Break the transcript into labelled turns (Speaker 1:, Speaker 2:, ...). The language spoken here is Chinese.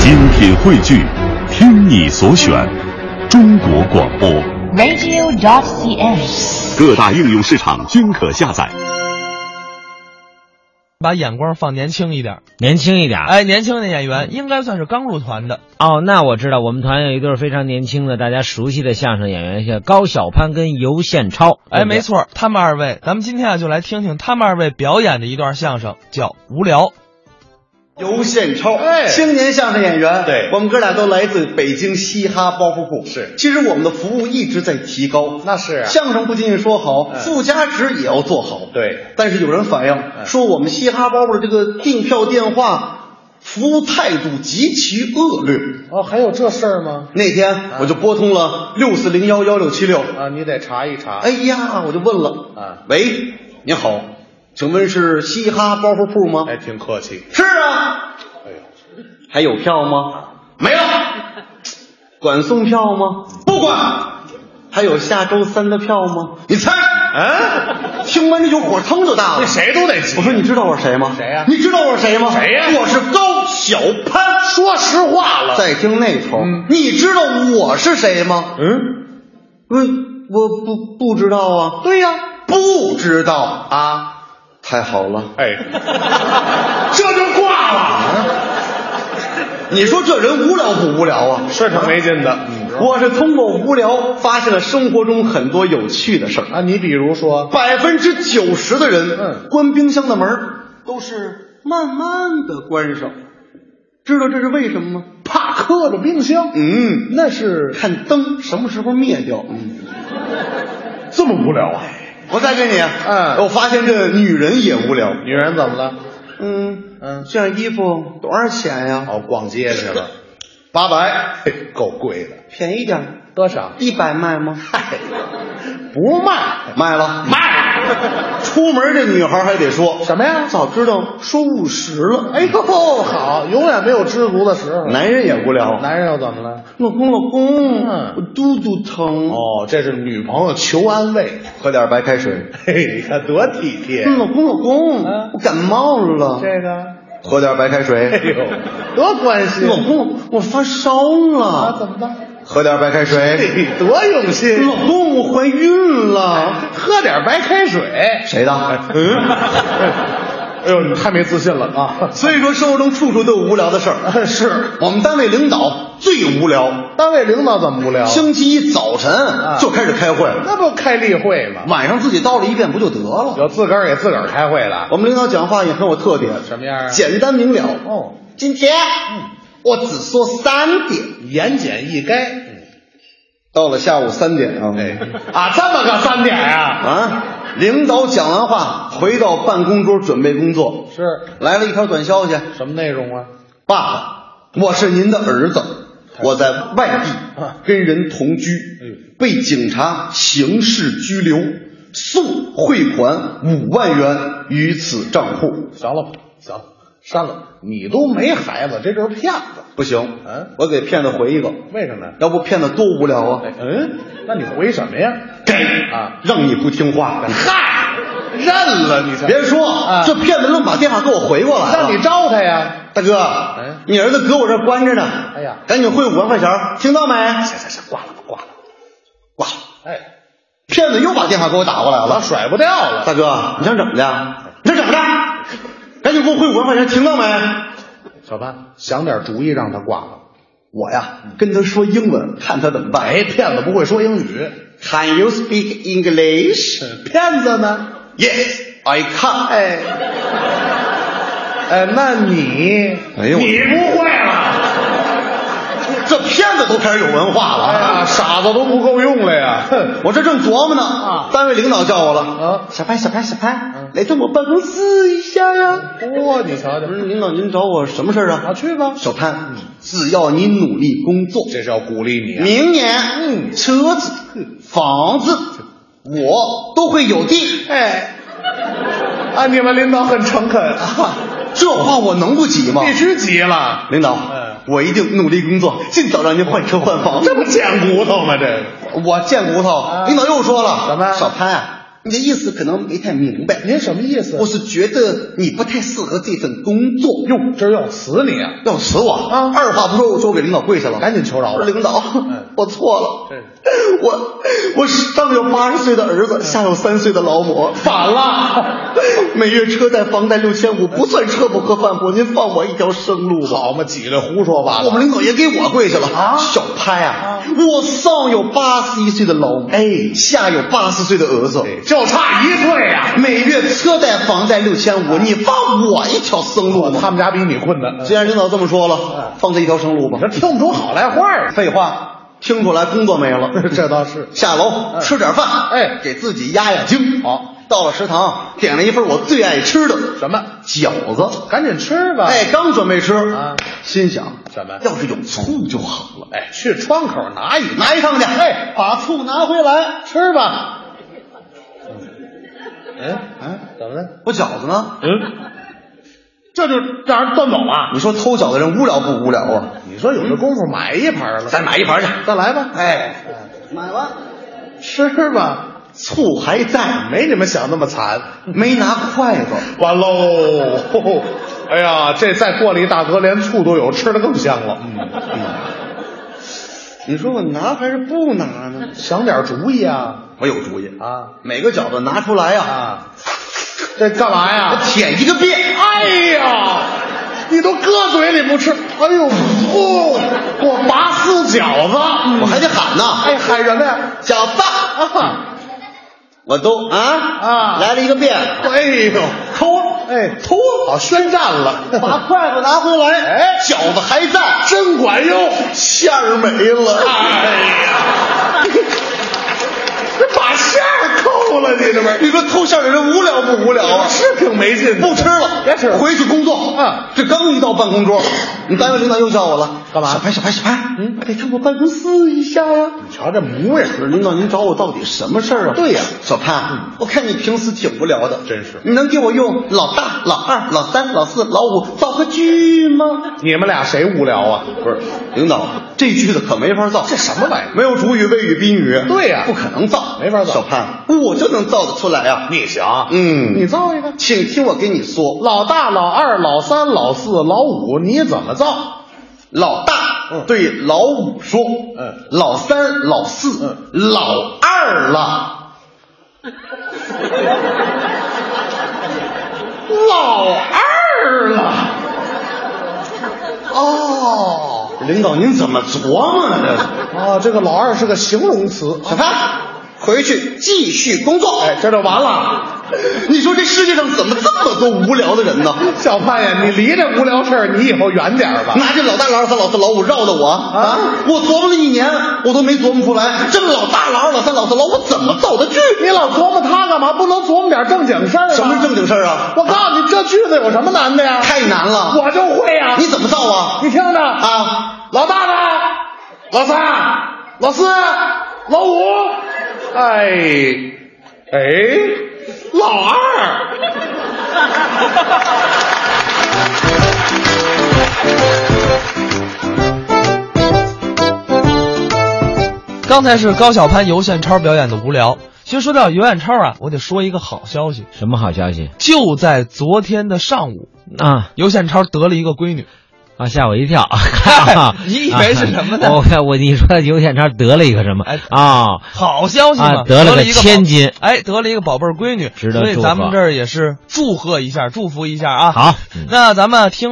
Speaker 1: 精品汇聚，听你所选，中国广播。
Speaker 2: radio.cn。
Speaker 1: 各大应用市场均可下载。
Speaker 3: 把眼光放年轻一点儿，
Speaker 4: 年轻一点。
Speaker 3: 哎，年轻的演
Speaker 4: 嗯
Speaker 3: 员应该算是刚入团的，
Speaker 4: 哦，那我知道，我们团有一对非常年轻的，大家熟悉的相声演员，叫高晓攀跟尤宪超。
Speaker 3: 哎，没
Speaker 4: 错。
Speaker 3: 错儿，他们二位，咱们今天啊就来听听他们二位表演的一段相声，叫《无聊》。
Speaker 5: 尤宪超，
Speaker 6: 哎
Speaker 5: 青年相声演员。
Speaker 6: 对
Speaker 5: 我们哥俩都来自北京嘻哈包袱铺。
Speaker 6: 是
Speaker 5: 其实我们的服务一直在提高。
Speaker 6: 那是啊
Speaker 5: 相声不仅仅说好，
Speaker 6: 嗯
Speaker 5: 附加值也要做好。
Speaker 6: 对，
Speaker 5: 但是有人反映
Speaker 6: 嗯
Speaker 5: 说，我们嘻哈包袱的这个订票电话服务态度极其恶劣。
Speaker 6: 哦，还有这事儿吗？
Speaker 5: 那天我就拨通了六四零幺幺六七六，
Speaker 6: 啊，你得查一查。
Speaker 5: 哎，呀，我就问了，
Speaker 6: 啊
Speaker 5: 喂，您好，请问是嘻哈包袱铺吗？
Speaker 6: 哎，挺客气。
Speaker 5: 是啊，
Speaker 6: 哎呦，
Speaker 5: 还有票吗？没有。管送票吗？不管。还有下周三的票吗？你猜？
Speaker 6: 啊，
Speaker 5: 听完这酒火腾就大了。
Speaker 6: 这？谁都得急
Speaker 5: 我。说你知道我是谁吗？
Speaker 6: 谁呀
Speaker 5: 你知道我是谁吗？
Speaker 6: 谁呀
Speaker 5: 我是高晓攀。
Speaker 6: 说实话了，
Speaker 5: 在听那头
Speaker 6: 嗯，
Speaker 5: 你知道我是谁吗？
Speaker 6: 嗯
Speaker 5: 嗯，我不不知道啊。对呀，不知道啊。太好了，
Speaker 6: 哎，这就挂了，
Speaker 5: 你说这人无聊不无聊啊？
Speaker 6: 是挺没劲的。嗯
Speaker 5: 我是通过无聊发现了生活中很多有趣的事儿。
Speaker 6: 啊，你比如说，
Speaker 5: 百分之九十的人，
Speaker 6: 嗯
Speaker 5: 关冰箱的门儿都是慢慢的关上，知道这是为什么吗？
Speaker 6: 怕磕着冰箱，
Speaker 5: 嗯，
Speaker 6: 那是
Speaker 5: 看灯什么时候灭掉。嗯，
Speaker 6: 这么无聊啊？
Speaker 5: 我再给你，
Speaker 6: 嗯
Speaker 5: 我发现这女人也无聊。
Speaker 6: 女人怎么了？
Speaker 5: 嗯
Speaker 6: 嗯
Speaker 5: 这件衣服多少钱呀、
Speaker 6: 哦，逛街去 了，八百，嘿够贵的。
Speaker 5: 便宜点儿，
Speaker 6: 多少？
Speaker 5: 一百卖吗？嗨，
Speaker 6: 不卖，
Speaker 5: 卖了，卖。出门这女孩还得说
Speaker 6: 什么呀
Speaker 5: 早知道说五十了。
Speaker 6: 哎呦，好，永远没有知足的时候。
Speaker 5: 男人也无 聊，
Speaker 6: 男人又怎么了？
Speaker 5: 老公老公，
Speaker 6: 嗯
Speaker 5: 我肚肚疼。
Speaker 6: 哦，这是女朋友求安慰。
Speaker 5: 喝点白开水。
Speaker 6: 嘿，你看多体贴
Speaker 5: 嗯，老公老公，
Speaker 6: 啊
Speaker 5: 我感冒了，
Speaker 6: 这个，
Speaker 5: 喝点白开
Speaker 6: 哎
Speaker 5: 水。
Speaker 6: 呦，多关心
Speaker 5: 老公，我发烧
Speaker 6: 啊！怎
Speaker 5: 了，
Speaker 6: 么办？
Speaker 5: 喝点白开水。
Speaker 6: 嘿，多用心，
Speaker 5: 老公，我怀孕了，
Speaker 6: 喝点白开水。
Speaker 5: 谁的？嗯。
Speaker 6: 哎呦，你太没自信了啊！
Speaker 5: 所以说，生活中处处都有无聊的事儿。
Speaker 6: 是
Speaker 5: 我们单位领导最无聊，
Speaker 6: 单位领导怎么无聊？啊
Speaker 5: 星期一早晨就开始开会，
Speaker 6: 那不开例会吗？
Speaker 5: 晚上自己叨了一遍不就得了？
Speaker 6: 嗯有自个儿给自个儿开会了。
Speaker 5: 我们领导讲话也很有特点，
Speaker 6: 什么样啊
Speaker 5: 简单明了。嗯
Speaker 6: 哦，
Speaker 5: 今天我只说三点。
Speaker 6: 言简意赅。
Speaker 5: 到了下午三点啊，
Speaker 6: 哎，啊，这么个三点啊？
Speaker 5: 啊，领导讲完话，回到办公桌准备工作，
Speaker 6: 是
Speaker 5: 来了一条短消息：
Speaker 6: 什么内容啊？
Speaker 5: 爸爸，我是您的儿子，我在外地
Speaker 6: 啊
Speaker 5: 跟人同居，被警察刑事拘留，速汇款五万元于此账户。
Speaker 6: 行了吧，行了，删了。你都没孩子，这就是骗子。
Speaker 5: 不行
Speaker 6: 嗯，
Speaker 5: 我给骗子回一个，
Speaker 6: 为什么呀？
Speaker 5: 要不骗子多无聊啊！
Speaker 6: 嗯，那你回什么呀？
Speaker 5: 给
Speaker 6: 啊，
Speaker 5: 让你不听话。
Speaker 6: 嗨，认了你才
Speaker 5: 别说，
Speaker 6: 啊
Speaker 5: 这骗子愣把电话给我回过来了。
Speaker 6: 那你招他呀？
Speaker 5: 大哥，
Speaker 6: 嗯
Speaker 5: 你儿子搁我这儿关着呢。
Speaker 6: 哎呀
Speaker 5: 赶紧汇五万块钱儿，听到没？
Speaker 6: 行行行，挂了吧，挂了。
Speaker 5: 哇，
Speaker 6: 哎，
Speaker 5: 骗子又把电话给我打过来了。
Speaker 6: 甩不掉了。
Speaker 5: 大哥，你想怎么的？你想怎么的？赶紧给我汇五万块钱，听到没？
Speaker 6: 小潘，想点主意让他挂了。
Speaker 5: 我呀，跟他说英文，看他怎么办。
Speaker 6: 嗯哎，骗子不会说英语，
Speaker 5: ，Can you speak English?
Speaker 6: 骗子呢？
Speaker 5: Yes, I can. 哎，
Speaker 6: 哎，那你，
Speaker 5: 哎呦我
Speaker 6: 你不会了。
Speaker 5: 这骗子都开始有文化了
Speaker 6: 哎呀，
Speaker 5: 啊！
Speaker 6: 傻子都不够用了呀！哼，
Speaker 5: 我这正琢磨呢，
Speaker 6: 啊
Speaker 5: 单位领导叫我了，
Speaker 6: 啊
Speaker 5: 小潘，小潘，小潘
Speaker 6: 嗯，
Speaker 5: 来到我办公室一下呀。
Speaker 6: 嚯，你瞧瞧
Speaker 5: 不，是领导，您找我什么事儿啊？
Speaker 6: 啊，去吧。
Speaker 5: 小潘，只要你努力工作，
Speaker 6: 这是要鼓励你啊。
Speaker 5: 明年嗯，车子、房子，我都会有的。
Speaker 6: 哎，啊，你们领导很诚恳，
Speaker 5: 这话我能不急吗？
Speaker 6: 必须急了，
Speaker 5: 领导
Speaker 6: 嗯，
Speaker 5: 我一定努力工作，尽早让您换车换房。
Speaker 6: 这不贱骨头吗？这个
Speaker 5: 我贱骨头。领导又说了，
Speaker 6: 啊怎么
Speaker 5: 小潘啊，你的意思可能没太明白。
Speaker 6: 您什么意思？
Speaker 5: 我是觉得你不太适合这份工作。哟，
Speaker 6: 这要死你啊！
Speaker 5: 要死我啊！二话不说，我说我给领导跪下了，
Speaker 6: 赶紧求饶
Speaker 5: 我
Speaker 6: 吧
Speaker 5: 说领导，
Speaker 6: 嗯
Speaker 5: 我错了
Speaker 6: 真是，
Speaker 5: 我我上有八十岁的儿子，下有三岁的老母，
Speaker 6: 反了，
Speaker 5: 每月车贷房贷六千五，不算车不喝饭不，您放我一条生路吧。
Speaker 6: 好嘛，挤着胡说八
Speaker 5: 我
Speaker 6: 道。
Speaker 5: 们领导也给我跪下了
Speaker 6: 啊
Speaker 5: 小潘啊，我上有八十一岁的老母，哎，下有八十岁的儿子，
Speaker 6: 就差一啊岁呀、
Speaker 5: 每月车贷房贷六千五，你放啊我一条生路吗？
Speaker 6: 他们家比你混的，
Speaker 5: 既然领导这么说了，
Speaker 6: 嗯
Speaker 5: 放这一条生路吧
Speaker 6: 这。听不出好赖话 儿。。
Speaker 5: 废话，听出来工作没了
Speaker 6: 这倒是
Speaker 5: 下楼
Speaker 6: 嗯
Speaker 5: 吃点饭，
Speaker 6: 哎
Speaker 5: 给自己压压惊。
Speaker 6: 好，
Speaker 5: 到了食堂，点了一份我最爱吃的
Speaker 6: 什么？
Speaker 5: 饺子。
Speaker 6: 赶紧吃吧。
Speaker 5: 哎，刚准备吃
Speaker 6: 啊，
Speaker 5: 心想
Speaker 6: 什嗯么
Speaker 5: 要是有醋就好了。
Speaker 6: 哎，去窗口拿一拿。
Speaker 5: 拿一趟去，
Speaker 6: 哎，把醋拿回来吃吧。嗯
Speaker 5: 嗯
Speaker 6: 怎么了？
Speaker 5: 我饺子呢？
Speaker 6: 嗯，这就让人端走啊？
Speaker 5: 你说偷饺子人无聊不无聊啊？
Speaker 6: 你说有这功夫买一盘了，
Speaker 5: 咱买一盘去。
Speaker 6: 再来吧，
Speaker 5: 哎，
Speaker 6: 买吧，吃吧，
Speaker 5: 醋还在，
Speaker 6: 没你们想那 么惨。
Speaker 5: 没拿筷子。
Speaker 6: 完喽！哎呀，这再过了一大格，连醋都有，吃的更香了。嗯，
Speaker 5: 你说我拿还是不拿呢？
Speaker 6: 想点主意啊！
Speaker 5: 我有主意
Speaker 6: 啊！
Speaker 5: 每个饺子拿出来呀、
Speaker 6: 啊，这干嘛
Speaker 5: 我
Speaker 6: 呀？
Speaker 5: 舔一个遍。
Speaker 6: 哎呀，你都搁嘴里不吃，哎呦，哦，我拔丝饺子，
Speaker 5: 我还得喊呢。
Speaker 6: 哎，喊什么呀？
Speaker 5: 饺子，
Speaker 6: 啊，
Speaker 5: 我都啊
Speaker 6: 啊
Speaker 5: 来了一个遍，
Speaker 6: 哎呦，抠，哎，
Speaker 5: 偷啊
Speaker 6: 好宣战了，
Speaker 5: 把筷子拿回来，
Speaker 6: 哎
Speaker 5: 饺子还在，
Speaker 6: 真管用。
Speaker 5: 馅儿没了。
Speaker 6: 哎呀， 这把馅儿抠了，你这不
Speaker 5: 你说偷馅儿的人无聊不无聊啊？
Speaker 6: 是挺没劲的。
Speaker 5: 不吃了，
Speaker 6: 别吃了
Speaker 5: 回去工作。
Speaker 6: 啊，
Speaker 5: 这刚一到办公桌，你单位领导又叫我了，
Speaker 6: 干嘛
Speaker 5: 小潘，小潘，小潘，
Speaker 6: 嗯
Speaker 5: 得上我办公室一下啊呀、
Speaker 6: 你瞧这模样，
Speaker 5: 不是领导，您找我到底什么事儿啊？
Speaker 6: 对呀嗯
Speaker 5: 小潘，我看你平时挺无聊的，
Speaker 6: 真是
Speaker 5: 你能给我用老大、老二、老三、老四、老五造个句吗？
Speaker 6: 你们俩谁无聊啊？
Speaker 5: 不是，领导，这句子可没法造，
Speaker 6: 这什么玩意儿
Speaker 5: 没有主语、谓语、宾语，
Speaker 6: 对呀
Speaker 5: 不可能造，
Speaker 6: 没法造
Speaker 5: 小潘，我就能造得出来啊！
Speaker 6: 你行，
Speaker 5: 嗯
Speaker 6: 你造一个。
Speaker 5: 请听我跟你说，
Speaker 6: 老大、老二、老三、老四、老五，你怎么造？
Speaker 5: 老大
Speaker 6: 嗯
Speaker 5: 对老五说：“
Speaker 6: 嗯，
Speaker 5: 老三、老四、老二 了，
Speaker 6: 老二了，
Speaker 5: 哦，领导您怎么琢磨呢？这是
Speaker 6: 啊，这个老二是个形容词。
Speaker 5: 小潘，回去继续工作。
Speaker 6: 哎，这就完了。
Speaker 5: 你说这世界上怎么这么多无聊的人呢？
Speaker 6: 小潘呀，你离这无聊事儿，你以后远点儿吧。
Speaker 5: 拿着老大、老二、三、老四、老五绕着我啊！我琢磨了一年，我都没琢磨出来，这老大、老二、老三、老四、老五怎么造的句？
Speaker 6: 你老琢磨他干嘛？不能琢磨点正经事儿吗
Speaker 5: 什么是正？经事儿啊？
Speaker 6: 我告诉你，这句子有什么难的呀？
Speaker 5: 太难了！
Speaker 6: 我就会呀、
Speaker 5: 你怎么造啊？
Speaker 6: 你听着，
Speaker 5: 啊！
Speaker 6: 老大呢？老三，老四，老五，哎，哎，老二，
Speaker 3: 刚才是高晓攀、尤宪超表演的无聊。其实说到尤宪超啊，我得说一个好消息，
Speaker 4: 什么好消息
Speaker 3: 就在昨天的上午，
Speaker 4: 啊
Speaker 3: 尤宪超得了一个闺女。
Speaker 4: 啊！吓我一跳！
Speaker 3: 你以为是什么呢
Speaker 4: 啊 我看我你说尤宪超得了一个什么
Speaker 3: 哎
Speaker 4: 啊？
Speaker 3: 好消息嘛，
Speaker 4: 啊得了个
Speaker 3: 一个宝
Speaker 4: 千金
Speaker 3: 哎，得了一个宝贝儿闺女，
Speaker 4: 值得
Speaker 3: 所以
Speaker 4: 祝
Speaker 3: 咱们
Speaker 4: 贺
Speaker 3: 这儿也是祝贺一下，祝福一下啊。
Speaker 4: 好嗯
Speaker 3: 那咱们听。